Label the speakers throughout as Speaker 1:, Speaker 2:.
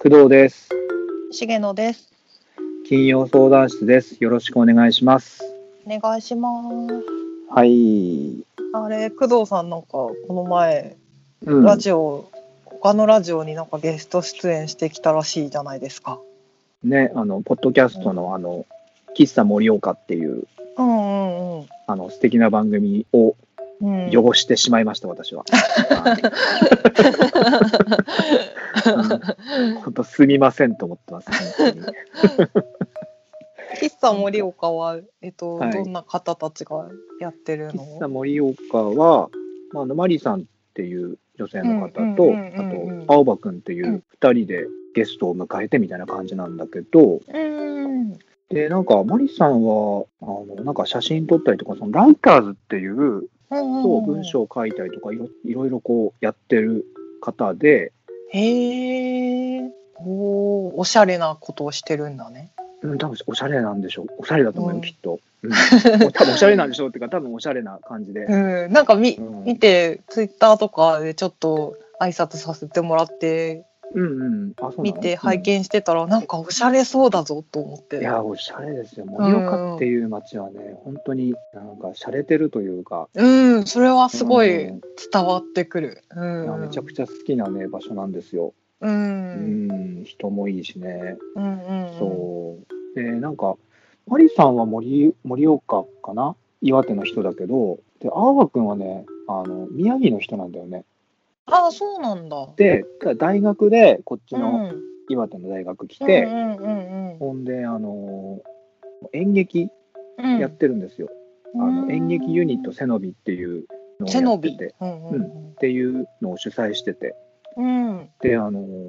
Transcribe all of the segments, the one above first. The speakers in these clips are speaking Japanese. Speaker 1: 工藤です。
Speaker 2: 重野です。
Speaker 1: 金曜相談室です。よろしくお願いします。
Speaker 2: お願いします。
Speaker 1: はい。
Speaker 2: あれ、工藤さんなんか、この前、
Speaker 1: うん、
Speaker 2: ラジオ、他のラジオになんかゲスト出演してきたらしいじゃないですか。
Speaker 1: ね、あのポッドキャストのあの喫茶盛岡っていう
Speaker 2: うんうん
Speaker 1: あの素敵な番組を
Speaker 2: うん。うん、
Speaker 1: 汚してしまいました、私は。 本当すみませんと思って ます。本当に
Speaker 2: 喫茶盛岡は、えっと、
Speaker 1: はい
Speaker 2: どんな方たちがやってるの
Speaker 1: 喫茶盛岡は、まあ、あのマリさんっていう女性の方と、
Speaker 2: うんうんうんうんうん
Speaker 1: あと青葉くんっていう2人でゲストを迎えてみたいな感じなんだけど、
Speaker 2: うん。
Speaker 1: でなんかマリさんはあのなんか写真撮ったりとかそのライターズっていうそう文章を書いたりとかいろいろいろこうやってる方で、
Speaker 2: へえ。おーおしゃれなことをしてるんだね。
Speaker 1: うん、多分おしゃれなんでしょうおしゃれだと思うよ、
Speaker 2: うん
Speaker 1: きっと、うん 多分おしゃれなんでしょうっていうか多分おしゃれな感じ で、
Speaker 2: うん、なんかみ、
Speaker 1: うん
Speaker 2: 見てツイッターとかでちょっと挨拶させてもらって
Speaker 1: うんうんあそうな
Speaker 2: 見
Speaker 1: の
Speaker 2: て拝見してたら、なんかおしゃれそうだぞと思っ
Speaker 1: うん
Speaker 2: て
Speaker 1: いやおしゃれですよ盛岡っていう街はね、本当になんか洒落てるというか、
Speaker 2: うんそれはすごい
Speaker 1: うん
Speaker 2: 伝わってくるう
Speaker 1: いや
Speaker 2: ん
Speaker 1: めちゃくちゃ好きなね場所なんですよ、
Speaker 2: う
Speaker 1: うんん、人もいいしね
Speaker 2: うんうん
Speaker 1: そう。で、なんか、マリさんは盛盛岡かな岩手の人だけど、で、青葉くんはね、あの、宮城の人なんだよね。
Speaker 2: ああそうなんだ
Speaker 1: で、ただ大学で、こっちの
Speaker 2: うん
Speaker 1: 岩手の大学来
Speaker 2: う
Speaker 1: て、
Speaker 2: んうんうん
Speaker 1: ほんで、あのー演劇
Speaker 2: うん
Speaker 1: やってるんですよ。あ
Speaker 2: う
Speaker 1: の
Speaker 2: ん
Speaker 1: 演劇ユニット、セノビっていうのを
Speaker 2: 背
Speaker 1: や
Speaker 2: 伸
Speaker 1: って
Speaker 2: び
Speaker 1: て、っ
Speaker 2: うんうん
Speaker 1: ていうのを主催してて、
Speaker 2: うんうん
Speaker 1: で、あのー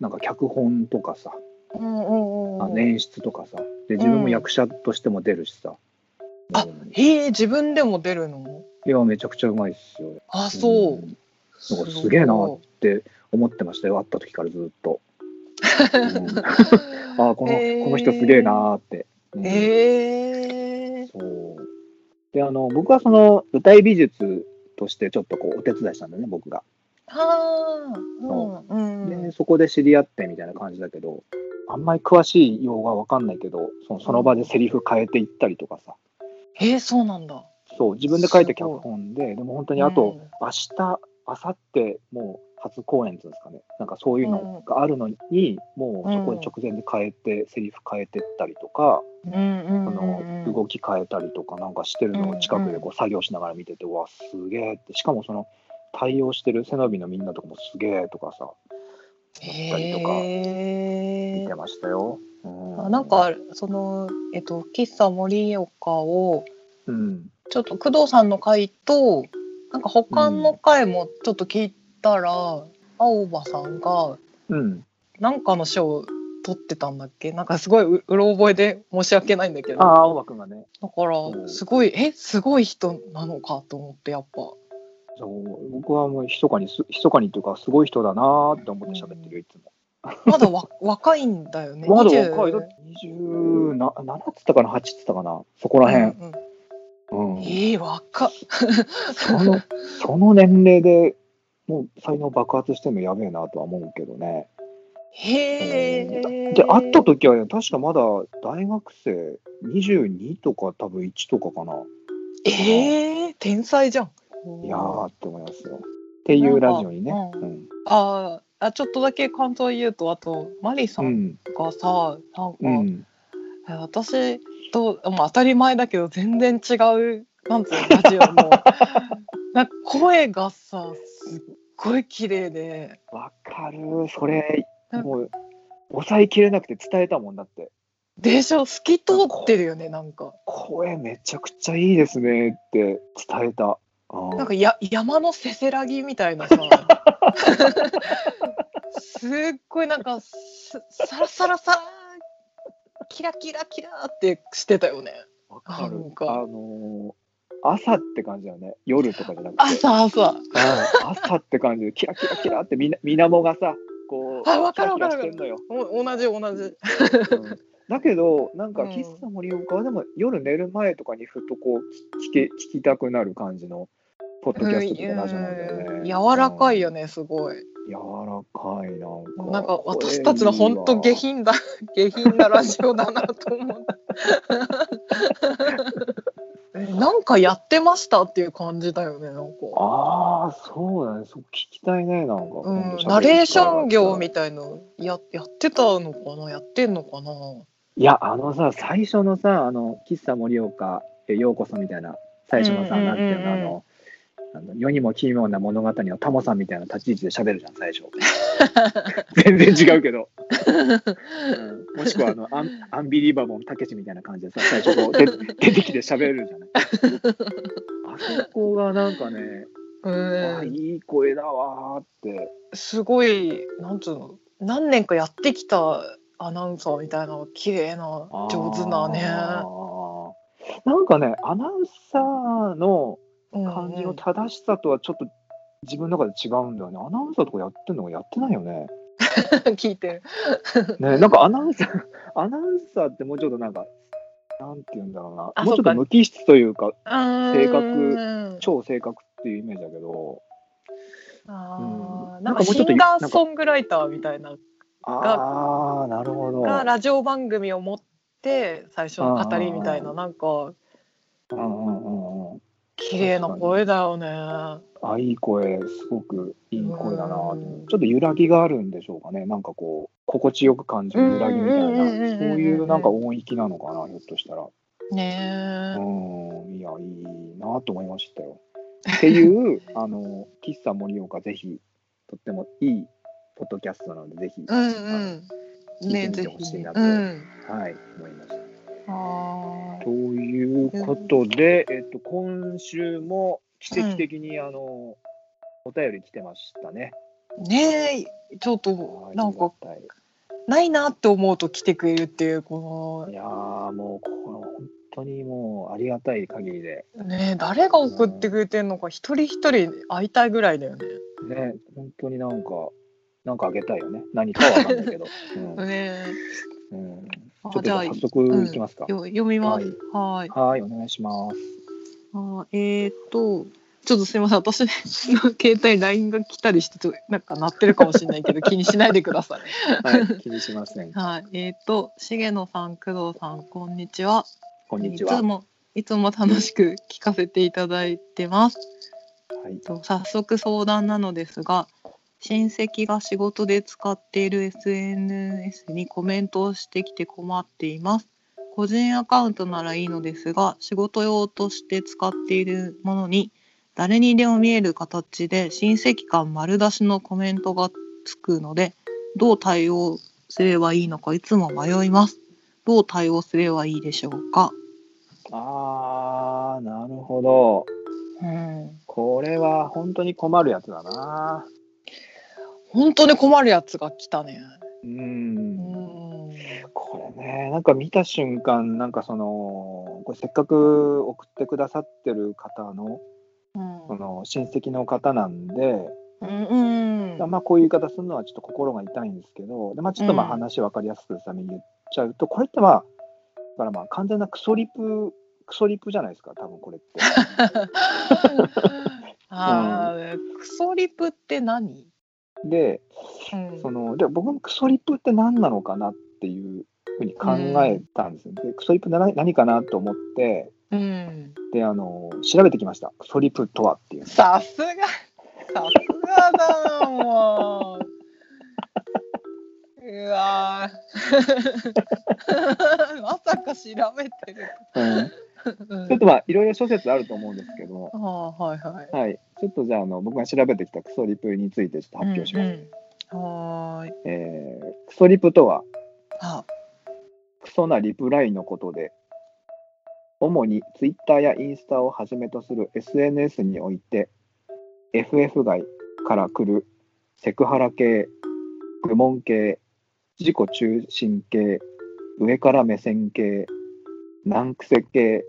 Speaker 1: なんか脚本とかさ、
Speaker 2: うんうんうん
Speaker 1: あの演出とかさ、で、自分も役者としても出るしさ。
Speaker 2: あ
Speaker 1: うん
Speaker 2: へえ自分でも出るの
Speaker 1: いや、めちゃくちゃうまいっすよ。
Speaker 2: あそう、
Speaker 1: んなんかすげえなって思ってましたよ、会った時からずっ と。うん あーこの、
Speaker 2: へー
Speaker 1: この人すげえなーって。うん
Speaker 2: ええ
Speaker 1: そうであの僕はその舞台美術としてちょっとこうお手伝いしたんだよね、僕が。
Speaker 2: はあ、
Speaker 1: そ
Speaker 2: うん、うん
Speaker 1: で、そこで知り合ってみたいな感じだけど、あんまり詳しい用語は分かんないけど、そのその場でセリフ変えていったりとかさ、
Speaker 2: えー、そうなんだ。
Speaker 1: そう自分で書いた脚本で、でも本当にあと、
Speaker 2: うん
Speaker 1: 明日、明後日もう初公演っていうんですかね、なんかそういうのがあるのに、もうそこで直前で変えて、セリフ変えてったりとか、
Speaker 2: うんう
Speaker 1: あ
Speaker 2: んうんう
Speaker 1: の
Speaker 2: ん、
Speaker 1: 動き変えたりとかなんかしてるのを近くでこう作業しながら見てて、うわ、すげえって、しかもその対応してる背伸びのみんなとかもすげえとかさ、思ったりとか
Speaker 2: へ
Speaker 1: 見
Speaker 2: え
Speaker 1: てましたよ。うん
Speaker 2: あなん、かそのえっと喫茶盛岡を
Speaker 1: うん、
Speaker 2: ちょっと工藤さんの回となんか他の回もちょっと聞いたら、青葉さんが
Speaker 1: うん、
Speaker 2: なんかの賞を取ってたんだっけなんかすごいううろ覚えで申し訳ないんだけど
Speaker 1: あ
Speaker 2: だ
Speaker 1: あ、青葉くんがね、
Speaker 2: からすごいえすごい人なのかと思ってやっぱ
Speaker 1: そう僕はもう密かにす、密かにというか、すごい人だなーって思って喋ってるよ、いつも。
Speaker 2: まだわ若いんだよね。
Speaker 1: まだ
Speaker 2: 20
Speaker 1: 若い。だって27つったかな、8つったかな、そこらへん。
Speaker 2: うんうん
Speaker 1: うん
Speaker 2: ええ若っ。
Speaker 1: その、その年齢でもう才能爆発してるのやべえなとは思うけどね。
Speaker 2: へ
Speaker 1: う
Speaker 2: え。
Speaker 1: んで、会った時はね、確かまだ大学生22とか多分1とかかな。
Speaker 2: ええ天才じゃん。
Speaker 1: いやーって思いますよ。っていうラジオにね。
Speaker 2: なんか
Speaker 1: う。
Speaker 2: うんあーあ、ちょっとだけ感想言うと、あと、マリさ
Speaker 1: うんん。
Speaker 2: がさ、
Speaker 1: う
Speaker 2: なんか、
Speaker 1: ん。
Speaker 2: え私と、まあ、当たり前だけど、全然違う、なんつうの、ラジオ の。なんか声がさ、すっごい綺麗で、
Speaker 1: わかる。それ、
Speaker 2: なんか
Speaker 1: もう、抑えきれなくて伝えたもんだって。
Speaker 2: でしょ、透き通ってるよね、なんか。
Speaker 1: 声めちゃくちゃいいですねって伝えた。うん
Speaker 2: なんかや山のせせらぎみたいなさすっごいなんかすさらさらさらキラキラキラってしてたよね
Speaker 1: わかる
Speaker 2: なん。
Speaker 1: あ
Speaker 2: か
Speaker 1: のー朝って感じだよね。夜とかじゃなくて。
Speaker 2: 朝朝
Speaker 1: うん朝って感じで、キラキラキラってみな、みなもがさ、こう、
Speaker 2: あわかる
Speaker 1: キラキラ
Speaker 2: わか
Speaker 1: し
Speaker 2: る
Speaker 1: てんのよ。
Speaker 2: お同じ同じ
Speaker 1: うんだけど、なんか、
Speaker 2: うん
Speaker 1: 喫茶森岡はでも、夜寝る前とかにふっとこう、聞け、聞きたくなる感じの、ポッドキャストとかラジオなんだよ
Speaker 2: う
Speaker 1: ね。
Speaker 2: ん柔らかいよ
Speaker 1: ね。
Speaker 2: ねすごい
Speaker 1: 柔らかいなんか
Speaker 2: なんか私たちの本当下品だ下品なラジオだなと思 ってなんかやってましたっていう感じだよねなんか、
Speaker 1: ああそうだねそう聞きたいねなんか、
Speaker 2: う
Speaker 1: ほ
Speaker 2: ん
Speaker 1: と喋る、機会
Speaker 2: ナレーション業
Speaker 1: があっ
Speaker 2: みたいのややってたのかなやってんのか
Speaker 1: た
Speaker 2: な
Speaker 1: らいやあのさ最初のさあの喫茶盛岡へようこそみたいな最初のさ、
Speaker 2: うんうんう
Speaker 1: なん
Speaker 2: ん
Speaker 1: ていうのあのあの世にも奇妙な物語のタモさんみたいな立ち位置で喋るじゃん最 初全然違うけど、うんもしくはあのアンアンビリバボーのたけしみたいな感じでさ最初こうで出てきて喋るじゃないあそこがなんかね
Speaker 2: う
Speaker 1: あ
Speaker 2: ん
Speaker 1: いい声だわーって。
Speaker 2: すごいなんつうの何年かやってきたアナウンサーみたいな綺麗な上手なね
Speaker 1: あー。なんかね、アナウンサーの感じ
Speaker 2: うんう
Speaker 1: の
Speaker 2: ん
Speaker 1: 正しさとはちょっと自分の中で違うんだよね。アナウンサーとかやってんのかやってないよ ね。
Speaker 2: 聞いてる
Speaker 1: ね、なんかアナウンサー、 アナウンサーってもうちょっとなんか、なんて言うんだろうな。
Speaker 2: あ
Speaker 1: もうちょっ
Speaker 2: そうか
Speaker 1: と無機質というか、
Speaker 2: 性
Speaker 1: 超正確っていうイメージだけど。
Speaker 2: あ
Speaker 1: う
Speaker 2: ー
Speaker 1: ん
Speaker 2: なん
Speaker 1: なんかもう
Speaker 2: か
Speaker 1: ちょ
Speaker 2: シ
Speaker 1: っと
Speaker 2: ンガーソングライターみたいな
Speaker 1: ああ、なるほど。
Speaker 2: がラジオ番組を持って最初の語りみたいななんか
Speaker 1: うんうんうんうん。
Speaker 2: 綺麗な声だよね。
Speaker 1: あいい声すごくいい声だなと
Speaker 2: うん
Speaker 1: ちょっと揺らぎがあるんでしょうかねなんかこう心地よく感じる揺らぎみたいな
Speaker 2: う
Speaker 1: そうん
Speaker 2: うんうんうんうん
Speaker 1: いうなんか音域なのかなひょっとしたら
Speaker 2: ね
Speaker 1: うんいやいいなと思いましたよって いうあの喫茶盛岡ぜひとってもいいポッドキャストなのでぜひ、
Speaker 2: え。うんうん。
Speaker 1: 聞いて
Speaker 2: ね
Speaker 1: み
Speaker 2: ぜ
Speaker 1: てほしい
Speaker 2: ひ。
Speaker 1: なと
Speaker 2: うん。
Speaker 1: はい思いました
Speaker 2: あ
Speaker 1: ということで、えっと、今週も奇跡的に、あのお便り来てましたね。
Speaker 2: ーねえちょっとなん
Speaker 1: あ
Speaker 2: か
Speaker 1: りがたい
Speaker 2: ないなって思うと来てくれるっていうこ
Speaker 1: いやーもうこれ本当にもうありがたい限りで
Speaker 2: のねえ誰が送ってくれてんのか一人一人会いたいぐらいだよね。
Speaker 1: ね本当になんかなんかあげたいよね何かはわかんない けど、うん
Speaker 2: ねえ。
Speaker 1: うん、ち
Speaker 2: あ
Speaker 1: ょっと
Speaker 2: じ
Speaker 1: じゃ
Speaker 2: ゃ
Speaker 1: あ
Speaker 2: あ
Speaker 1: 早
Speaker 2: よ
Speaker 1: 速いきますか、
Speaker 2: 読みます。はい。
Speaker 1: はいお願いし ます
Speaker 2: あーえーっと、ちょっとすいません、 私の携帯 LINE が来たりして、ちょっとなんか鳴ってるかもしれないけど、気にしないでください。
Speaker 1: はい気にしません
Speaker 2: はい、えーっと、重野さん、工藤さん、こんにちは。
Speaker 1: こんにち
Speaker 2: い
Speaker 1: は
Speaker 2: つも、いつも楽しく聞かせていただいてます。
Speaker 1: はい
Speaker 2: と早速相談なのですが親戚が仕事で使っている SNS にコメントをしてきて困っています個人アカウントならいいのですが仕事用として使っているものに誰にでも見える形で親戚間丸出しのコメントがつくのでどう対応すればいいのかいつも迷いますどう対応すればいいでしょうか
Speaker 1: あーなるほど
Speaker 2: うん
Speaker 1: これは本当に困るやつだな
Speaker 2: 本当に困るやつが来たね
Speaker 1: うん
Speaker 2: うん
Speaker 1: これね、なんか見た瞬間、なんかその、これせっかく送ってくださってる方の、
Speaker 2: うん
Speaker 1: その親戚の方なんで、
Speaker 2: うんうん
Speaker 1: まあこういう言い方するのはちょっと心が痛いんですけど、でまあ、ちょっとまあ
Speaker 2: うん
Speaker 1: 話分かりやすくさめに言っちゃうと、これってまあ、だからまあ完全なクソリプ、クソリプじゃないですか、多分これって。
Speaker 2: あークソリプって何、
Speaker 1: で、
Speaker 2: うん
Speaker 1: その、で僕もクソリプって何なのかなっていうふうに考えたんですよ、でクソリプって何何かなと思って、
Speaker 2: うん、
Speaker 1: で、あの、調べてきました。クソリプとはっていう。
Speaker 2: さすがさすがだなもううわー まさか調べてる
Speaker 1: うん
Speaker 2: うん
Speaker 1: ちょっとまあいろいろ諸説あると思うんですけども、
Speaker 2: あーはいはい
Speaker 1: はい、ちょっとじゃああの僕が調べてきたクソリプについてちょっと発表します。
Speaker 2: うんうんはーい
Speaker 1: えークソリプとは
Speaker 2: あ
Speaker 1: クソなリプライのことで主にツイッターやインスタをはじめとする SNS において FF 外から来るセクハラ系愚問系自己中心系上から目線系難癖系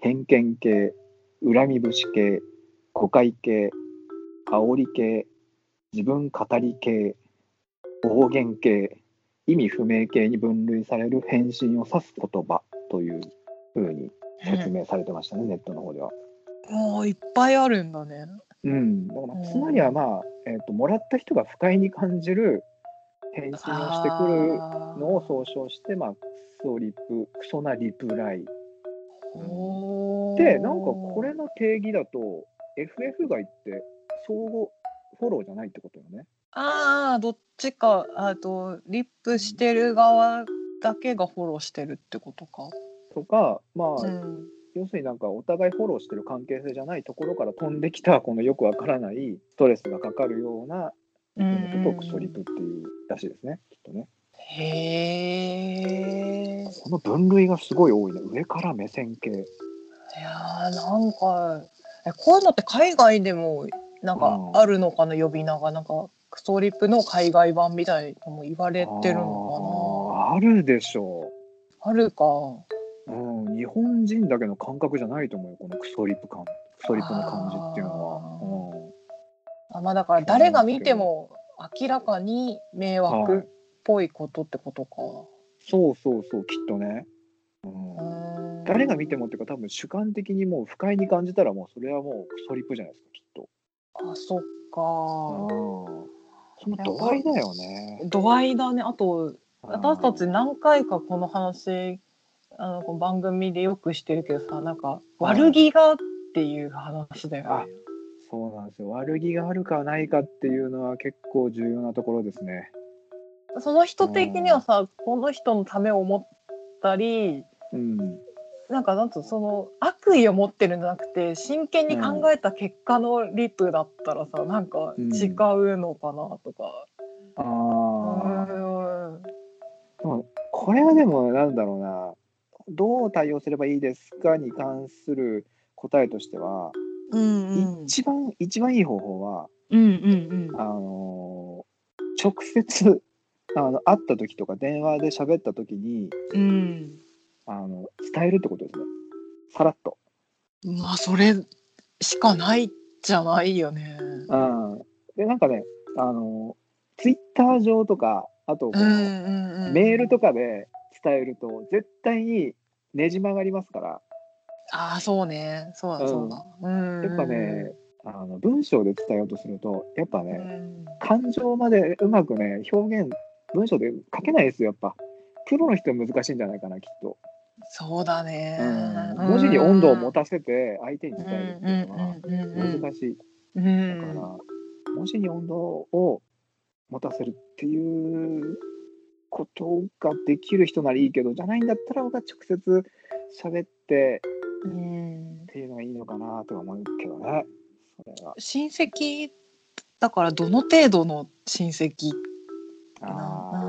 Speaker 1: 偏見系恨み節系誤解系煽り系自分語り系暴言系意味不明系に分類される返信を指す言葉というふうに説明されてましたね、ネットの方では。
Speaker 2: もういっぱいあるんだね
Speaker 1: うん、だからつまりはまあ、えー、ともらった人が不快に感じる返信をしてくるのを総称して、まあ、クソリプクソなリプライでなんかこれの定義だと FF 外って相互フォローじゃないってことよね
Speaker 2: ああどっちかあとリップしてる側だけがフォローしてるってことか。
Speaker 1: とかまあ、
Speaker 2: うん
Speaker 1: 要するになんかお互いフォローしてる関係性じゃないところから飛んできたこのよくわからないストレスがかかるような
Speaker 2: う
Speaker 1: 人のことをクソリ
Speaker 2: ん
Speaker 1: プっていうらしいですねきっとね
Speaker 2: へえ。
Speaker 1: この分類がすごい多いね上から目線系
Speaker 2: いやーなんかえこういうのって海外でもなんか
Speaker 1: うん
Speaker 2: あるのかな、呼び名がなんかクソリップの海外版みたいのも言われてるの
Speaker 1: あーあるでしょ
Speaker 2: かなあるか
Speaker 1: う、うん、日本人だけの感覚じゃないと思うよこのクソリプ感クソリプの感じっていうのは、うん
Speaker 2: あまあだから誰が見ても明らかに迷惑っぽいことってことか、
Speaker 1: そうそうそうきっとね、うん
Speaker 2: うーん
Speaker 1: 誰が見てもっていうか多分主観的にもう不快に感じたらもうそれはもうクソリプじゃないですかきっと
Speaker 2: あそっか
Speaker 1: その度合いだよね。
Speaker 2: 度合いだねあと私たち何回かこの話あのこの番組でよくしてるけどさなんか悪気がっていう話だよね。
Speaker 1: そうなんですよ。悪気があるかないかっていうのは結構重要なところですね。
Speaker 2: その人的にはさこの人のためを思ったり
Speaker 1: うん。
Speaker 2: なんかなんとその悪意を持ってるんじゃなくて真剣に考えた結果のリプだったらさなんか
Speaker 1: うん
Speaker 2: 違うのかなとか。
Speaker 1: あ
Speaker 2: う
Speaker 1: あ、
Speaker 2: ーん
Speaker 1: これはでもなんだろうな。どう対応すればいいですかに関する答えとしては、
Speaker 2: うん
Speaker 1: 一番一番いい方法は
Speaker 2: うん
Speaker 1: あのー直接あの会った時とか電話で喋った時に
Speaker 2: うん
Speaker 1: あの伝えるってことですね。さらっと。
Speaker 2: うんまあそれしかないじゃないよね。
Speaker 1: うんでなんかねあのツイッター上とかあとこ
Speaker 2: う
Speaker 1: うん
Speaker 2: うんうん、
Speaker 1: メールとかで伝えると絶対にねじ曲がりますから
Speaker 2: ああそうねそう
Speaker 1: う
Speaker 2: だ
Speaker 1: ん
Speaker 2: そうだ、うん、
Speaker 1: やっぱね、あの文章で伝えようとするとやっぱ
Speaker 2: う
Speaker 1: ね、
Speaker 2: ん、
Speaker 1: 感情までうまくね表現文章で書けないですよやっぱプロの人は難しいんじゃないかなきっと、
Speaker 2: そうだね、
Speaker 1: うん文字に温度を持たせて相手に伝えるっていうのは
Speaker 2: うん
Speaker 1: 難しい、
Speaker 2: うんう
Speaker 1: だから
Speaker 2: ん
Speaker 1: 文字に温度を持たせるっていうことができる人ならいいけどじゃないんだったら僕は直接喋って
Speaker 2: うん
Speaker 1: っていうのがいいのかなとは思うけどねそれは
Speaker 2: 親戚だからどの程度の親戚かな
Speaker 1: ー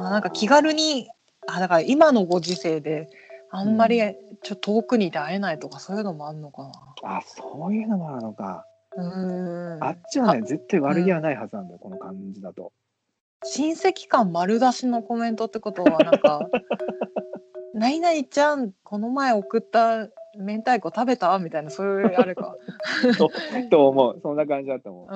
Speaker 2: ななんか気軽にあだから今のご時世であんまりちょっと遠くにいて会えないとかそういうのもあるのか
Speaker 1: あそういうのもあるのか、
Speaker 2: なうん
Speaker 1: あっちはね絶対悪気はないはずなんだよこの感じだと
Speaker 2: 親戚感丸出しのコメントってことはなん か「何々ちゃんこの前送った明太子食べた?」みたいなそういうあれ か
Speaker 1: とと思うそんな感じだと思
Speaker 2: うー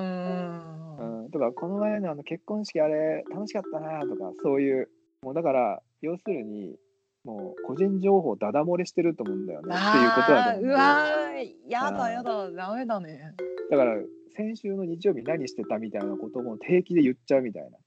Speaker 1: う、
Speaker 2: ん
Speaker 1: うん、とかこの前のあの結婚式あれ楽しかったなとかそういうもうだから要するにもう個人情報ダダ漏れしてると思うんだよねっていうことだ
Speaker 2: あ
Speaker 1: と
Speaker 2: ー
Speaker 1: 思う
Speaker 2: うわーや
Speaker 1: う
Speaker 2: だ
Speaker 1: ん
Speaker 2: やだダメだね
Speaker 1: だから先週の日曜日何してたみたいなことも定期で言っちゃうみたいな、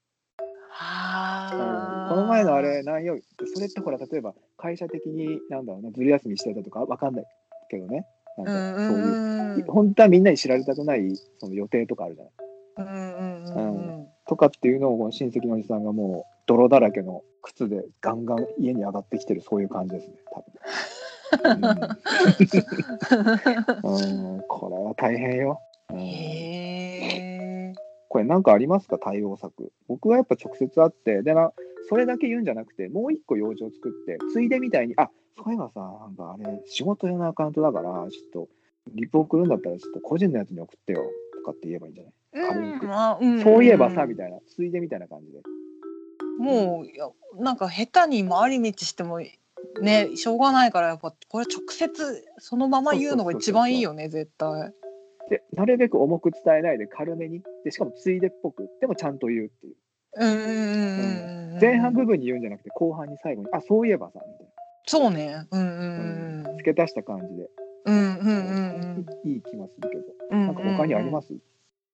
Speaker 2: あー
Speaker 1: この前のあれ何曜日それってほら例えば会社的になんだろうなずる休みしてたとかわかんないけどねなん
Speaker 2: う
Speaker 1: か
Speaker 2: ん
Speaker 1: そうういう、
Speaker 2: んうん
Speaker 1: 本当はみんなに知られたくないその予定とかあるじゃない
Speaker 2: うんうんうんうん
Speaker 1: とかっていうのをこの親戚のおじさんがもう泥だらけの靴でガンガン家に上がってきてるそういう感じですね多分、うん、うんこれは大変よ、うん
Speaker 2: へえ
Speaker 1: これなんかありますか対応策僕はやっぱ直接会ってでなそれだけ言うんじゃなくてもう一個用事を作ってついでみたいにあそういえばさなんかあれ仕事用のアカウントだからちょっとリプ送るんだったらちょっと個人のやつに送ってよとかって言えばいいんじゃない、軽くそういえばさみ
Speaker 2: たい
Speaker 1: たいなついでみたいな感じで
Speaker 2: もういやなんか下手に回り道してもねしょうがないからやっぱこれ直接そのまま言うのが一番いいよね絶対。
Speaker 1: でなるべく重く伝えないで軽めにでしかもついでっぽくでもちゃんと言うっていう
Speaker 2: うんうんうんうん
Speaker 1: 前半部分に言うんじゃなくて後半に最後にあそういえばさみたい
Speaker 2: そうねうんう
Speaker 1: な、
Speaker 2: ん
Speaker 1: うん、付け足した感じで、
Speaker 2: うんうんうんうん
Speaker 1: いい気がするけど、
Speaker 2: うん
Speaker 1: なんか他にありますす、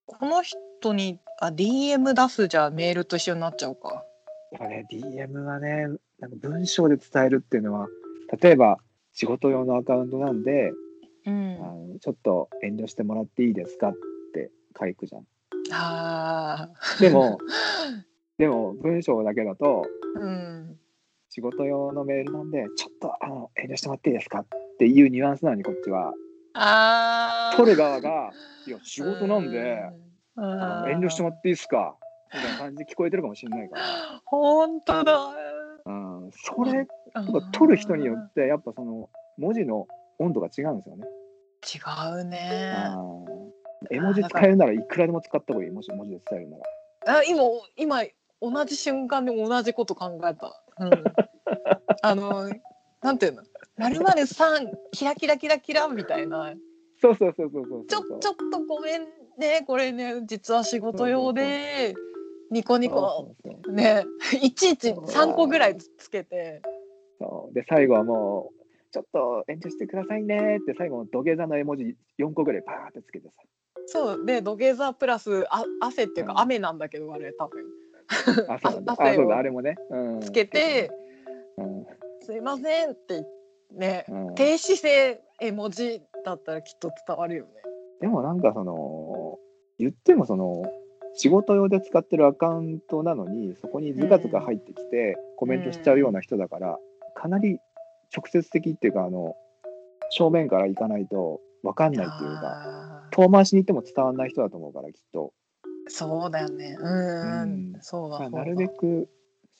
Speaker 2: この人にあ DM 出すじゃメールと一緒になっちゃうか。
Speaker 1: やっぱね、DM はね、なんか文章で伝えるっていうのは、例えば仕事用のアカウントなんで、
Speaker 2: うん
Speaker 1: あのちょっと遠慮してもらっていいですかって書くじゃん。
Speaker 2: ああ、
Speaker 1: で も、でも文章だけだと、
Speaker 2: うん。
Speaker 1: 仕事用のメールなんで、ちょっとあの遠慮してもらっていいですかっていうニュアンスなのに、こっちは。
Speaker 2: ああ。
Speaker 1: 取る側 が、いや、仕事なんで、
Speaker 2: うん。
Speaker 1: あ
Speaker 2: あ
Speaker 1: の
Speaker 2: ー
Speaker 1: 遠慮してもらっていいですかみたいな感じで聞こえてるかもしれないから。
Speaker 2: 本当だ。
Speaker 1: うん、それ
Speaker 2: な
Speaker 1: やっぱ取る人によってやっぱその文字の温度が違うんですよね。
Speaker 2: 違うね。
Speaker 1: あー絵文字使えるならいくらでも使った方がいい。もし文字で伝えるなら。
Speaker 2: あ今今同じ瞬間で同じこと考えた。 うん、あのなんていうの。まるまるさんキラキラキラキラみたいな。
Speaker 1: そうそうそうそうそう
Speaker 2: ち
Speaker 1: そ
Speaker 2: ょ
Speaker 1: うそう。
Speaker 2: ちょっとごめんねこれね実は仕事用でニコニコ
Speaker 1: そうそう
Speaker 2: ねいちいち3個ぐらいつつけて
Speaker 1: そうで最後はもうちょっと延長してくださいねって最後の土下座の絵文字4個ぐらいバーってつけて
Speaker 2: そうで土下座プラスあ汗っていうか雨なんだけどあれ多分
Speaker 1: さ。あそうなんだ。
Speaker 2: あ
Speaker 1: あ
Speaker 2: 汗を
Speaker 1: そうだあれもね。うん
Speaker 2: つけて。
Speaker 1: うんう
Speaker 2: 「すいません」ってね
Speaker 1: ん
Speaker 2: 低姿勢絵文字だったらきっと伝わるよね。
Speaker 1: でもなんかその言ってもその仕事用で使ってるアカウントなのにそこにズカズカ入ってきてコメントしちゃうような人だから、かなり直接的っていうかあの正面から行かないと分かんないっていうか
Speaker 2: あー
Speaker 1: 遠回しに行っても伝わんない人だと思うからきっと、
Speaker 2: そうだよね。うん、う
Speaker 1: うん
Speaker 2: ん、そう
Speaker 1: ま
Speaker 2: だそ
Speaker 1: あ、
Speaker 2: うだ。
Speaker 1: なるべく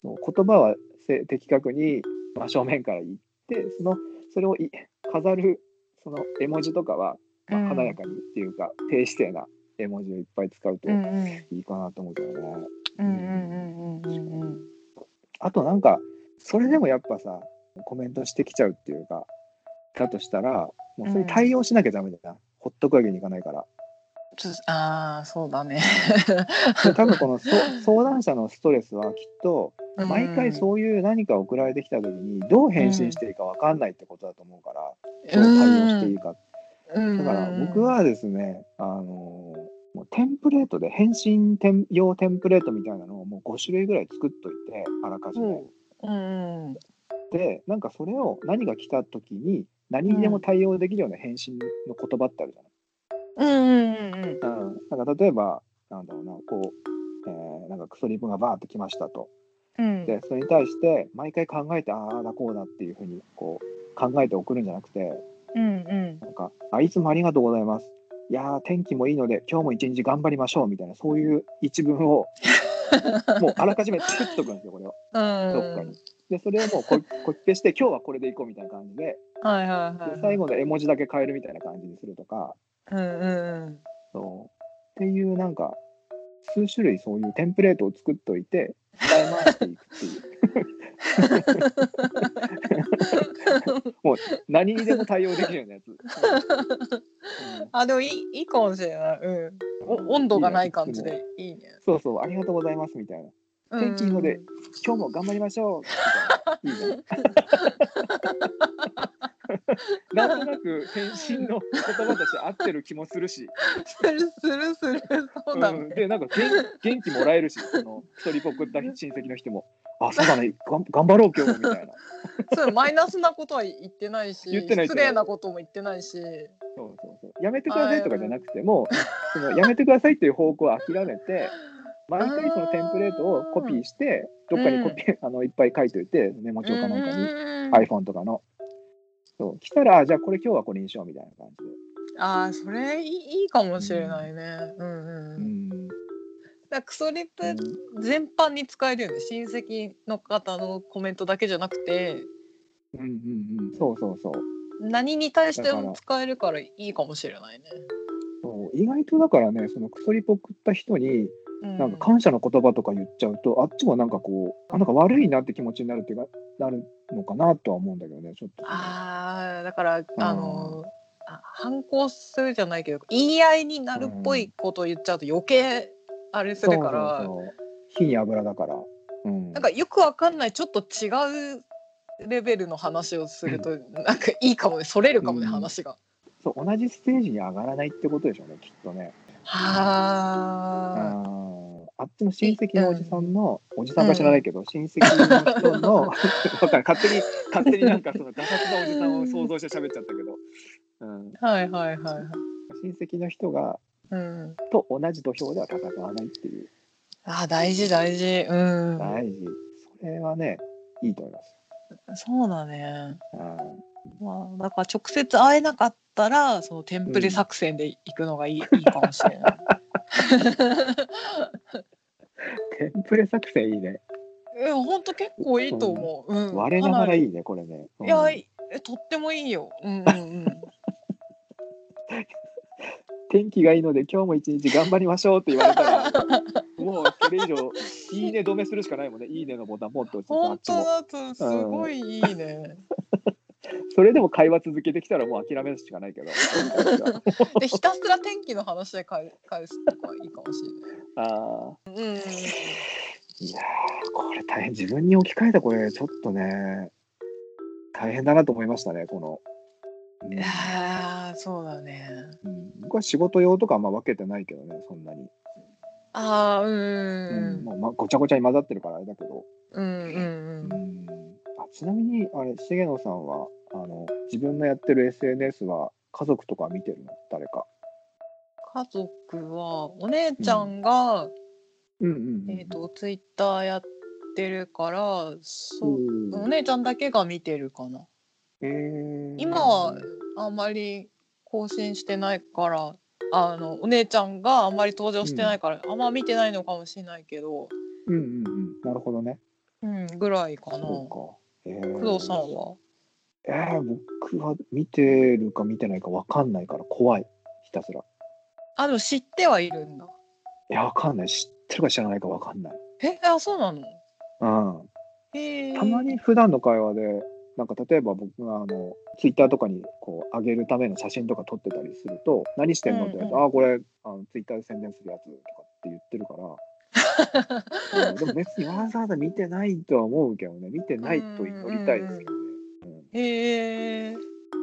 Speaker 1: そう言葉はせ的確に真正面から言ってそのそれをい飾るその絵文字とかは、まあ華やかにっていうか、低姿勢な絵文字をいっぱい使うと。
Speaker 2: うんうん
Speaker 1: いいかなと思うけどね。
Speaker 2: うんうんうんうんうん
Speaker 1: あとなんか、それでもやっぱさ、コメントしてきちゃうっていうか、だとしたら、もうそれに対応しなきゃダメだな。ほっとくわけにいかないから。
Speaker 2: ちょっとああそうだね。
Speaker 1: で多分このそ相談者のストレスはきっと、 毎回そういう何か送られてきた時に、どう返信していいか分かんないってことだと思うから、どう対応していいか。
Speaker 2: うん
Speaker 1: だから僕はですね、あのもうテンプレートで返信テン用テンプレートみたいなのをもう5種類ぐらい作っといてあらかじめ、
Speaker 2: うんうん
Speaker 1: でなんかそれを何が来た時に何にでも対応できるような返信の言葉ってあるじ
Speaker 2: うんうん
Speaker 1: ゃ
Speaker 2: うん
Speaker 1: ない、うん、なんか例えばなんだろうなこう、えーなんかクソリプがバーって来ましたと
Speaker 2: うん
Speaker 1: でそれに対して毎回考えてああだこうだっていうふうにこう考えて送るんじゃなくて
Speaker 2: うんうん
Speaker 1: なんかあいつもありがとうございますいやー天気もいいので今日も一日頑張りましょうみたいなそういう一文 をもうあらかじめ作っとくんですよこれを
Speaker 2: うん
Speaker 1: どっかに。でそれをもうコピコピペして今日はこれでいこうみたいな感じで
Speaker 2: はいはいはいは
Speaker 1: で
Speaker 2: い
Speaker 1: 最後の絵文字だけ変えるみたいな感じにするとか
Speaker 2: うんうんうん
Speaker 1: そうっていうなんか数種類そういうテンプレートを作っといて使い回していくっていうもう何にでも対応できるようなやつ、うん
Speaker 2: あでもいいいいかもしれない。うんお温度がない感じでいいね。
Speaker 1: そうそうありがとうございますみたいな
Speaker 2: うん
Speaker 1: 天気いいので今日も頑張りましょうみたいないいじゃんなんとなく返信の言葉として合ってる気もするし
Speaker 2: するするするそうだ
Speaker 1: ん、
Speaker 2: ね。
Speaker 1: でなんか元 元気もらえるしその一人ぽくった親戚の人も「あそうだねがん頑張ろう今日も」みたいな
Speaker 2: そうマイナスなことは言ってないし、
Speaker 1: 言ってない
Speaker 2: 失礼なことも言ってないし。
Speaker 1: そうそうそう「やめてください」とかじゃなくてもうその「やめてください」っていう方向を諦めて毎回そのテンプレートをコピーしてどっかにコピー、あのいっぱい書いといてメモ帳かなんかに、
Speaker 2: うん
Speaker 1: iPhone とかの。そう来たらあじゃあこれ今日はこれにしようみたいな感じで。
Speaker 2: ああそれいいいいかもしれないね。うんうん。う、
Speaker 1: うん
Speaker 2: だ
Speaker 1: ん
Speaker 2: からクソリップ全般に使えるよね。親戚の方のコメントだけじゃなくて、
Speaker 1: うんうんうん、そうそうそう
Speaker 2: 何に対して
Speaker 1: だか
Speaker 2: も
Speaker 1: ら
Speaker 2: 使えるからいいかもしれないね。
Speaker 1: そう意外とだからねそのクソリポ食った人に
Speaker 2: うん、
Speaker 1: なんか感謝の言葉とか言っちゃうと、あっちもなんかこうあなんか悪いなって気持ちになるっていうかなるのかなとは思うんだけどねちょっとね、
Speaker 2: ああだからあのあ反抗するじゃないけど言い合いになるっぽいことを言っちゃうと余計あれするから、
Speaker 1: そうそうそう火に油だから、うん、
Speaker 2: なんかよくわかんないちょっと違うレベルの話をすると、なんかいいかもねそれるかもね、
Speaker 1: うん
Speaker 2: 話が。
Speaker 1: そう同じステージに上がらないってことでしょうねきっとね
Speaker 2: はあ。
Speaker 1: ああっちの親戚のおじさんの、おじさんか知らないけど、親戚の人のわかんない勝手に勝手になんかそのガサツなおじさんを想像して喋っちゃったけど、うん、
Speaker 2: はいはいはいはい。
Speaker 1: 親戚の人が
Speaker 2: うん。
Speaker 1: と同じ土俵では戦わないっていう
Speaker 2: あー大事大事。うん。
Speaker 1: 大事それはねいいと思います。
Speaker 2: そうだね。
Speaker 1: うん
Speaker 2: まあだから直接会えなかったらそのテンプレ作戦で行くのがいい,、いいかもし れない。
Speaker 1: テンプレ作戦いいね。
Speaker 2: うん本当結構いいと思う。うん。
Speaker 1: 我ながら
Speaker 2: い
Speaker 1: い
Speaker 2: い。
Speaker 1: いね、これね。うん
Speaker 2: いやいえとってもいいよ。うんう んうん。
Speaker 1: 天気がいいので、今日も一日頑張りましょうって言われた ら、もうそれ以上、いいね止めするしかないもんね。いいねのボタンポンと押してあ
Speaker 2: 本
Speaker 1: っち
Speaker 2: 当
Speaker 1: も
Speaker 2: だとすごいいいね。
Speaker 1: それでも会話続けてきたらもう諦めるしかないけ ど。
Speaker 2: でひたすら天気の話で返返すとかいいかもし
Speaker 1: ああ。
Speaker 2: れない。うん。
Speaker 1: いやー、これ大変。自分に置き換えたこれ、ちょっとね、大変だなと思いましたね、この。うん
Speaker 2: いやーそうだね。
Speaker 1: うん、僕は仕事用とかはまあ分けてないけどね、そんなに。
Speaker 2: ああう
Speaker 1: うん
Speaker 2: ん
Speaker 1: もうまあ、ごちゃごちゃに混ざってるからあれだけど。
Speaker 2: うんうんうん。
Speaker 1: あちなみにあれ重野さんはあの自分のやってる SNS は家族とか見てるの誰か
Speaker 2: 家族はお姉ちゃんが、
Speaker 1: うんうん
Speaker 2: えっ、とツイッターやってるからそう、お
Speaker 1: う
Speaker 2: 姉ちゃんだけが見てるかな。
Speaker 1: えー
Speaker 2: 今はあんまり更新してないからあのお姉ちゃんがあんまり登場してないから、あんま見てないのかもしれないけど、
Speaker 1: うんうんうんなるほどね
Speaker 2: うん、ぐらいかな。
Speaker 1: そうか、えー
Speaker 2: 工藤さんは
Speaker 1: えー僕は見てるか見てないかわかんないから怖いひたすら
Speaker 2: あでも知ってはいるんだ。
Speaker 1: いやわかんない知ってるか知らないかわかんない
Speaker 2: えあそうなの
Speaker 1: うん
Speaker 2: へえ。
Speaker 1: たまに普段の会話でなんか例えば僕があのツイッターとかにこう上げるための写真とか撮ってたりすると「何してんの?」って言われて
Speaker 2: うんう
Speaker 1: ああこれあのツイッターで宣伝するやつ」とかって言ってる から、うんでも別にわざわざ見てないとは思うけどね見てないと祈りたいですけどね、
Speaker 2: へえ。
Speaker 1: っ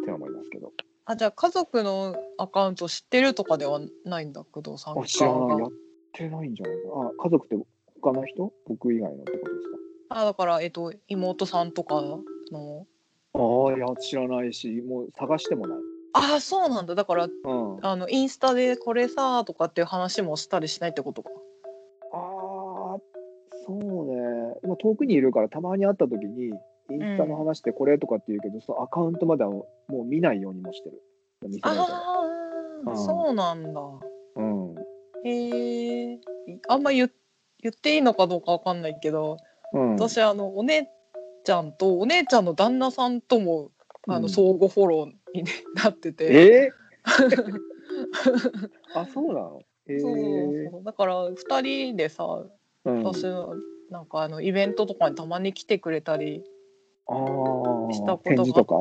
Speaker 1: て思いますけど
Speaker 2: あじゃあ家族のアカウント知ってるとかではないんだ工藤さん
Speaker 1: あ知らないや
Speaker 2: が
Speaker 1: ってないんじゃないかなあ家族って他の人僕以外のってことですか
Speaker 2: あだからえっ、と妹さんとかの
Speaker 1: ああいや知らないしもう探してもない、
Speaker 2: あそうなんだだから
Speaker 1: うん、あ
Speaker 2: あのインスタでこれさとかっていう話もしたりしないってことか
Speaker 1: あーそうね今遠くにいるからたまに会った時にインスタの話でこれとかって言うけど、そのアカウントまではもう見ないようにもしてる見せないから
Speaker 2: ああ、
Speaker 1: うん
Speaker 2: そうなんだ
Speaker 1: うん、うん、
Speaker 2: へえあんま言言っていいのかどうかわかんないけど、私あのお姉ちゃんとお姉ちゃんの旦那さんともあ
Speaker 1: う
Speaker 2: の
Speaker 1: ん
Speaker 2: 相互フォローにね、なってて
Speaker 1: え ー、あそうなのえ
Speaker 2: そうそう
Speaker 1: ー
Speaker 2: そうだから2人でさ
Speaker 1: うん
Speaker 2: 私のなんかあのイベントとかにたまに来てくれたり
Speaker 1: あー
Speaker 2: したことが
Speaker 1: 展示とか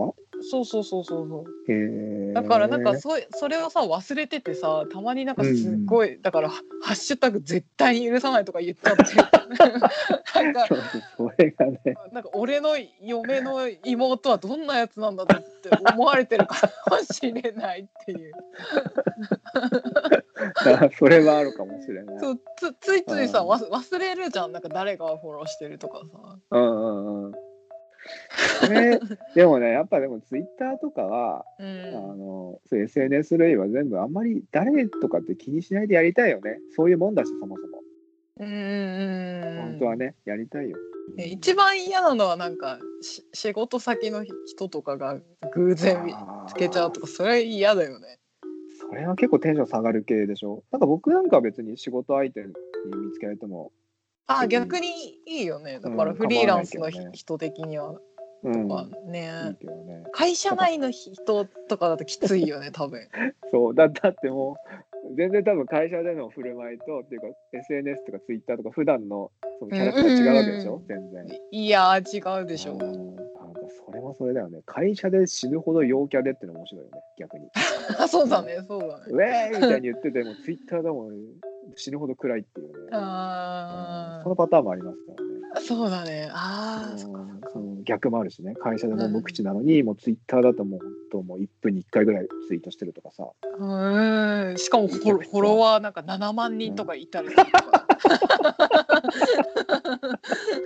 Speaker 2: そうそうそうそうそう
Speaker 1: へえ
Speaker 2: だからなんかそそれをさ忘れててさたまになんかすっごい、だから「ハッシュタグ絶対に許さない」とか言っちゃっ てなんか
Speaker 1: そうそうそれがね
Speaker 2: なんか俺の嫁の妹はどんなやつなんだって思われてるかもしれないっていう
Speaker 1: あそれはあるかもしれない
Speaker 2: そうつついついさ
Speaker 1: うん
Speaker 2: わ忘れるじゃんなんか誰がフォローしてるとかさ
Speaker 1: うんうんうんそれでもねやっぱでもツイッターとかはあ
Speaker 2: うん
Speaker 1: のそういう SNS 類は全部あんまり誰とかって気にしないでやりたいよねそういうもんだしそもそも
Speaker 2: うんうんうん
Speaker 1: 本当はねやりたいよ
Speaker 2: ね一番嫌なのはなんかし仕事先の人とかが偶然見
Speaker 1: あー
Speaker 2: つけちゃうとかそれ嫌だよね。
Speaker 1: それは結構テンション下がる系でしょなんか僕なんかは別に仕事相手に見つけられても
Speaker 2: あ
Speaker 1: うん
Speaker 2: 逆にいいよねだか
Speaker 1: う
Speaker 2: ら
Speaker 1: ん
Speaker 2: フリーランスの
Speaker 1: 構わないけ
Speaker 2: ひ
Speaker 1: どね
Speaker 2: 人的には
Speaker 1: うん
Speaker 2: まあ
Speaker 1: いい
Speaker 2: ね
Speaker 1: けどね
Speaker 2: 会社内の人とかだときついよね多分。
Speaker 1: そうだ だってもう全然多分会社での振る舞いとっていうか SNS とか Twitter とか普段のそのキャラクター違うわけでし
Speaker 2: うん
Speaker 1: ょ
Speaker 2: う
Speaker 1: 全然
Speaker 2: いやー違うでしょ
Speaker 1: うん。なんかそれもそれだよね会社で死ぬほど陽キャでっての面白いよね逆に
Speaker 2: あ そうだねそうだね。
Speaker 1: ウェーイみたいに言ってても、ツイッターでも死ぬほど暗いっていうね。
Speaker 2: あ
Speaker 1: そ
Speaker 2: ー
Speaker 1: のパターンもありますからね。
Speaker 2: そうだね。ああ、そっかそっか。
Speaker 1: その逆もあるしね会社でも無口なのに、もうツイッターだともう本当もう1分に1回ぐらいツイートしてるとかさ
Speaker 2: うーん。しかもフォロフォロワーなんか7万人とかいたりするから。
Speaker 1: 普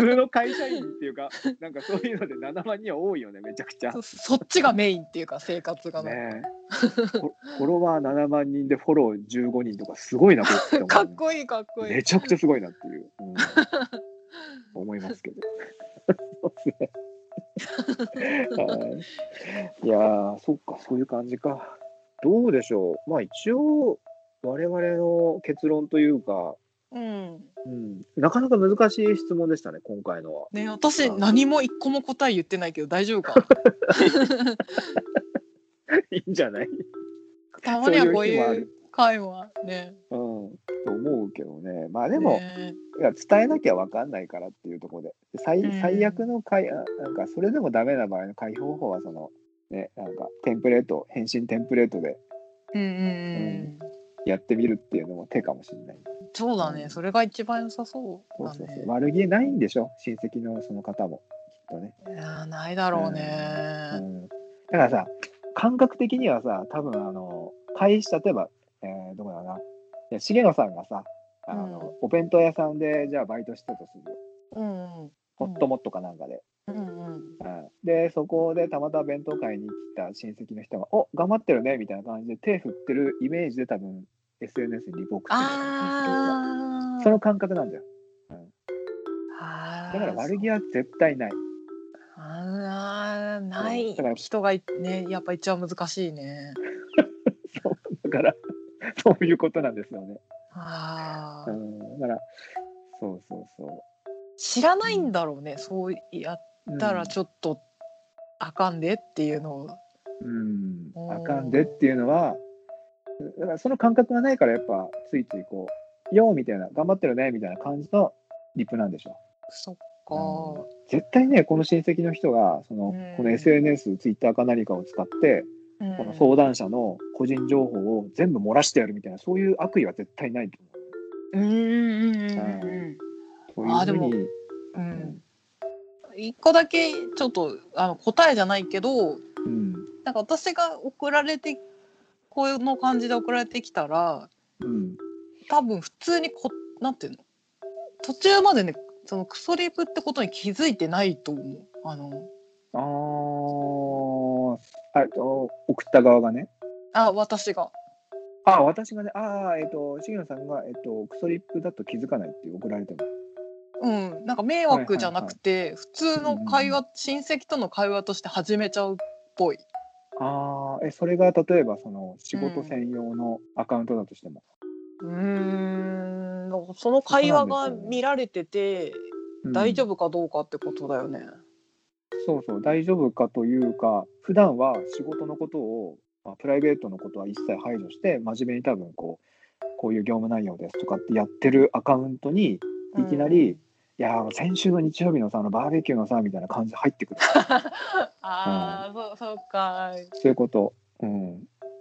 Speaker 1: 通の会社員っていうか なんかそういうので7万人は多いよねめちゃくちゃ
Speaker 2: そ。そっちがメインっていうか生活がなんか
Speaker 1: ねえフォフォロワー7万人でフォロー15人とかすごいなこいつって思う
Speaker 2: かっこいいかっこいい。
Speaker 1: めちゃくちゃすごいなっていう、うん思いますけど。そうですねはいいやーそっかそういう感じか。どうでしょうまあ一応我々の結論というか、
Speaker 2: うん。
Speaker 1: うん、なかなか難しい質問でしたね今回 のは。
Speaker 2: ね私
Speaker 1: うん
Speaker 2: 何も一個も答え言ってないけど大丈 夫かな。
Speaker 1: いいんじゃない、
Speaker 2: たまにはこう
Speaker 1: そういう日もあ
Speaker 2: いう
Speaker 1: る
Speaker 2: 会はね。
Speaker 1: うん、と思うけどねまあでも、
Speaker 2: ね
Speaker 1: いや伝えなきゃ分かんないからっていうところで最
Speaker 2: うん
Speaker 1: 最悪の解あなんかそれでもダメな場合の解放法はそのねなんかテンプレート返信テンプレートで
Speaker 2: うんうん
Speaker 1: やってみるっていうのも手かもしれない
Speaker 2: うん。そうだね。それが一番良さそう
Speaker 1: そう
Speaker 2: だ
Speaker 1: そうそう、
Speaker 2: ね。
Speaker 1: 悪気ないんでしょ親戚のその方もきっとね、
Speaker 2: いやーないだろう
Speaker 1: う
Speaker 2: ね。
Speaker 1: ん、だからさ感覚的にはさ多分あの会社例えば、えーどこだろうないや重野さんがさあの、お弁当屋さんでじゃあバイトしてたとするよ
Speaker 2: うんうん
Speaker 1: ホットモットかなんかで、
Speaker 2: うんうん。
Speaker 1: うんでそこでたまたま弁当会に来た親戚の人が「お頑張ってるね」みたいな感じで手振ってるイメージで多分 SNS にリポークしてるよ
Speaker 2: ああ。
Speaker 1: その感覚なんだよ
Speaker 2: あー
Speaker 1: だから悪気は絶対ない
Speaker 2: あーない
Speaker 1: だから
Speaker 2: 人がいねやっぱ一番難しいね。
Speaker 1: だから そういうことなんですよね、
Speaker 2: あ
Speaker 1: う
Speaker 2: ー
Speaker 1: ん、だからそうそうそ
Speaker 2: 知らないんだろうねそうやっ
Speaker 1: う
Speaker 2: たらち
Speaker 1: ょ
Speaker 2: ょっとあかんでっていうのを。
Speaker 1: うん、
Speaker 2: うん
Speaker 1: あかんでっていうのはだからその感覚がないからやっぱついついこう「よー」みたいな「頑張ってるね」みたいな感じのリプなんでしょ
Speaker 2: そ
Speaker 1: う
Speaker 2: っ
Speaker 1: ん
Speaker 2: か。
Speaker 1: 絶対ねこの親戚の人がその、
Speaker 2: うん
Speaker 1: この SNS ツイッターか何かを使って、
Speaker 2: うん
Speaker 1: この相談者の個人情報を全部漏らしてやるみたいなそういう悪意は絶対ないと思
Speaker 2: うんうんうんうん
Speaker 1: う。そうい
Speaker 2: あーで
Speaker 1: うふう
Speaker 2: も
Speaker 1: に
Speaker 2: うんうん。一個だけちょっとあの答えじゃないけど
Speaker 1: うん
Speaker 2: なんか私が送られてこういうの感じで送られてきたら
Speaker 1: うん
Speaker 2: 多分普通にこなんていうの途中までねそのクソリプってことに気づいてないと思うあの
Speaker 1: あーあえっと送った側がね
Speaker 2: あ私が
Speaker 1: あー私がねあーえっと重野さんが、えっと、クソリップだと気づかないっていう送られても
Speaker 2: うんなんか迷惑じゃなくて、普通の会話、親戚との会話として始めちゃうっぽい
Speaker 1: あーえそれが例えばその仕事専用のアカウントだとしても、
Speaker 2: うーんなんかその会話が見られてて、
Speaker 1: うん
Speaker 2: 大丈夫かどうかってことだよね
Speaker 1: そうそう大丈夫かというか普段は仕事のことを、まあ、プライベートのことは一切排除して真面目に多分こうこういう業務内容ですとかってやってるアカウントにいきなり「いやーあの先週の日曜日のさあのバーベキューのさ」みたいな感じで入ってくる
Speaker 2: ああ、そそうか
Speaker 1: そういうこと、うん、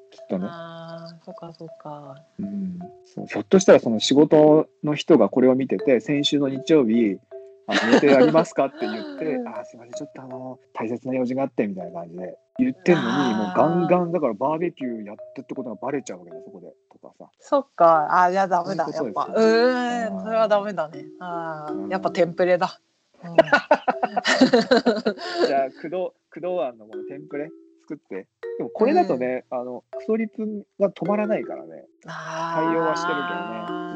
Speaker 1: きっとね、
Speaker 2: あーそうかそうか
Speaker 1: うん、そうひょっとしたらその仕事の人がこれを見てて先週の日曜日あの 予定ありますかって言って「あーすいませんちょっとあの大切な用事があって」みたいな感じで言ってんのにもう
Speaker 2: あ
Speaker 1: ガ
Speaker 2: ー
Speaker 1: ンガンだからバーベキューやってってことがバレちゃうわけだそこでとかさ
Speaker 2: そっか、あ、じゃあダメだ、
Speaker 1: そう
Speaker 2: やっ
Speaker 1: いうこ
Speaker 2: ぱ。
Speaker 1: と
Speaker 2: う
Speaker 1: ですよ
Speaker 2: ーん、それはダメだね。あ
Speaker 1: うん
Speaker 2: ーやっぱテンプレだ。 うん
Speaker 1: じゃあ工藤工藤庵のこのテンプレ作ってでもこれだとね、あのクソリプが止まらないからね対応はして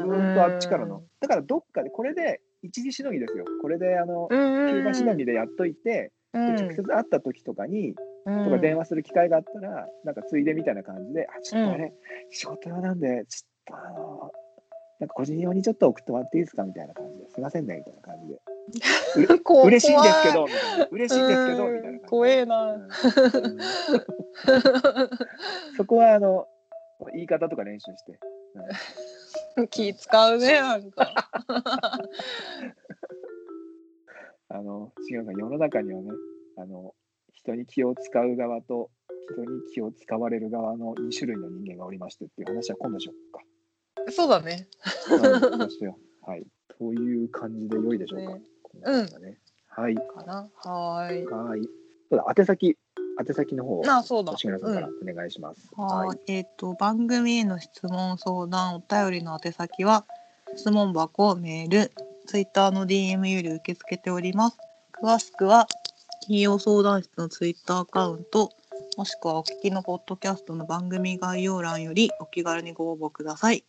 Speaker 1: るけどねずーっとあっちからの。だからどっかでこれで一時しのぎですよこれであの
Speaker 2: うんうん
Speaker 1: 急場しのぎでやっといて、
Speaker 2: うん
Speaker 1: で直接会った時とかに
Speaker 2: うん
Speaker 1: とか電話する機会があったら、なんかついでみたいな感じで、あ、ちょっとあれ、仕事用なんで、ちょっとあの、なんか個人用にちょっと送ってもらっていいですかみたいな感じで、すいませんね、みたいな感じで。
Speaker 2: こう
Speaker 1: 嬉しいんですけど、
Speaker 2: 怖い
Speaker 1: みたいな。嬉しいんですけど、
Speaker 2: うん
Speaker 1: みたいな感じで。
Speaker 2: 怖えな
Speaker 1: うんうんそこは、あの、言い方とか練習して。
Speaker 2: 気使うね、なんか。
Speaker 1: あの、重野さん、世の中にはね、あの、人に気を使う側と、人に気を使われる側の2種類の人間がおりましてっていう話は今度しようか。
Speaker 2: そうだね。
Speaker 1: うんどうしようはい。という感じで良いでしょうか。
Speaker 2: ね
Speaker 1: 今回はねはい。
Speaker 2: かな。はーい。
Speaker 1: はい。そうだ宛先、宛先の方を、
Speaker 2: あ、そうだ。
Speaker 1: 吉村さんから
Speaker 2: うん
Speaker 1: お願いします。
Speaker 2: は
Speaker 1: はい
Speaker 2: い。えっ、と、番組への質問、相談、お便りの宛先は、質問箱、メール、ツイッターの DM より受け付けております。詳しくは、金曜相談室のツイッターアカウント、もしくはお聞きのポッドキャストの番組概要欄よりお気軽にご応募ください。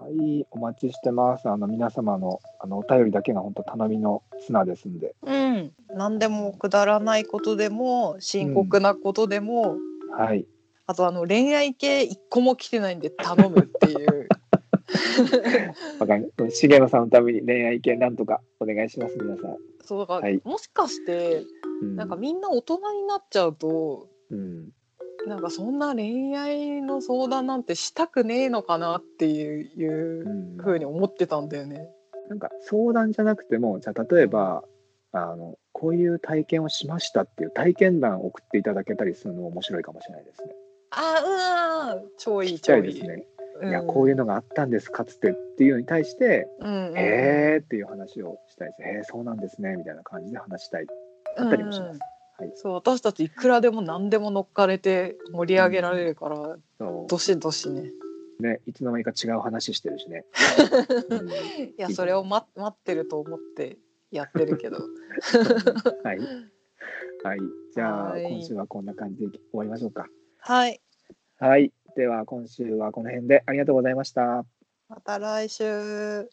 Speaker 1: はい、お待ちしてます。あの皆様のあのお便りだけが本当頼みの綱ですんで、
Speaker 2: うん。何でもくだらないことでも、深刻なことでも、
Speaker 1: はい、
Speaker 2: あとあの恋愛系一個も来てないんで頼むっていう。
Speaker 1: わかります。茂野さんのために恋愛系なんとかお願いします皆さん。
Speaker 2: そうだから、
Speaker 1: はい
Speaker 2: もしかして
Speaker 1: うん、
Speaker 2: なんかみんな大人になっちゃうと、
Speaker 1: うん、
Speaker 2: なんかそんな恋愛の相談なんてしたくねえのかなっていう
Speaker 1: う、
Speaker 2: いうんふうに思ってたんだよね。
Speaker 1: なんか相談じゃなくても、じゃあ例えばあのこういう体験をしましたっていう体験談を送っていただけたりするのも面白いかもしれないですね。
Speaker 2: あうん超い
Speaker 1: ち
Speaker 2: い
Speaker 1: っちゃ
Speaker 2: 超
Speaker 1: い
Speaker 2: い
Speaker 1: で
Speaker 2: い。
Speaker 1: すね。
Speaker 2: うん
Speaker 1: いやこういうのがあったんですかつてっていうのに対して、
Speaker 2: うんうん
Speaker 1: えーっていう話をしたいです。えー、そうなんですねみたいな感じで話したいだったりもします。はい
Speaker 2: そう私たちいくらでも何でも乗っかれて盛り上げられるから、
Speaker 1: そう
Speaker 2: どしどしね。
Speaker 1: ね、いつの間にか違う話してるし ね。うん
Speaker 2: いやそれを待待ってると思ってやってるけ ど。
Speaker 1: はい。はい。じゃあ、
Speaker 2: はい
Speaker 1: 今週はこんな感じで終わりましょうか。
Speaker 2: はい
Speaker 1: はい。では、今週はこの辺でありがとうございました。
Speaker 2: また来週。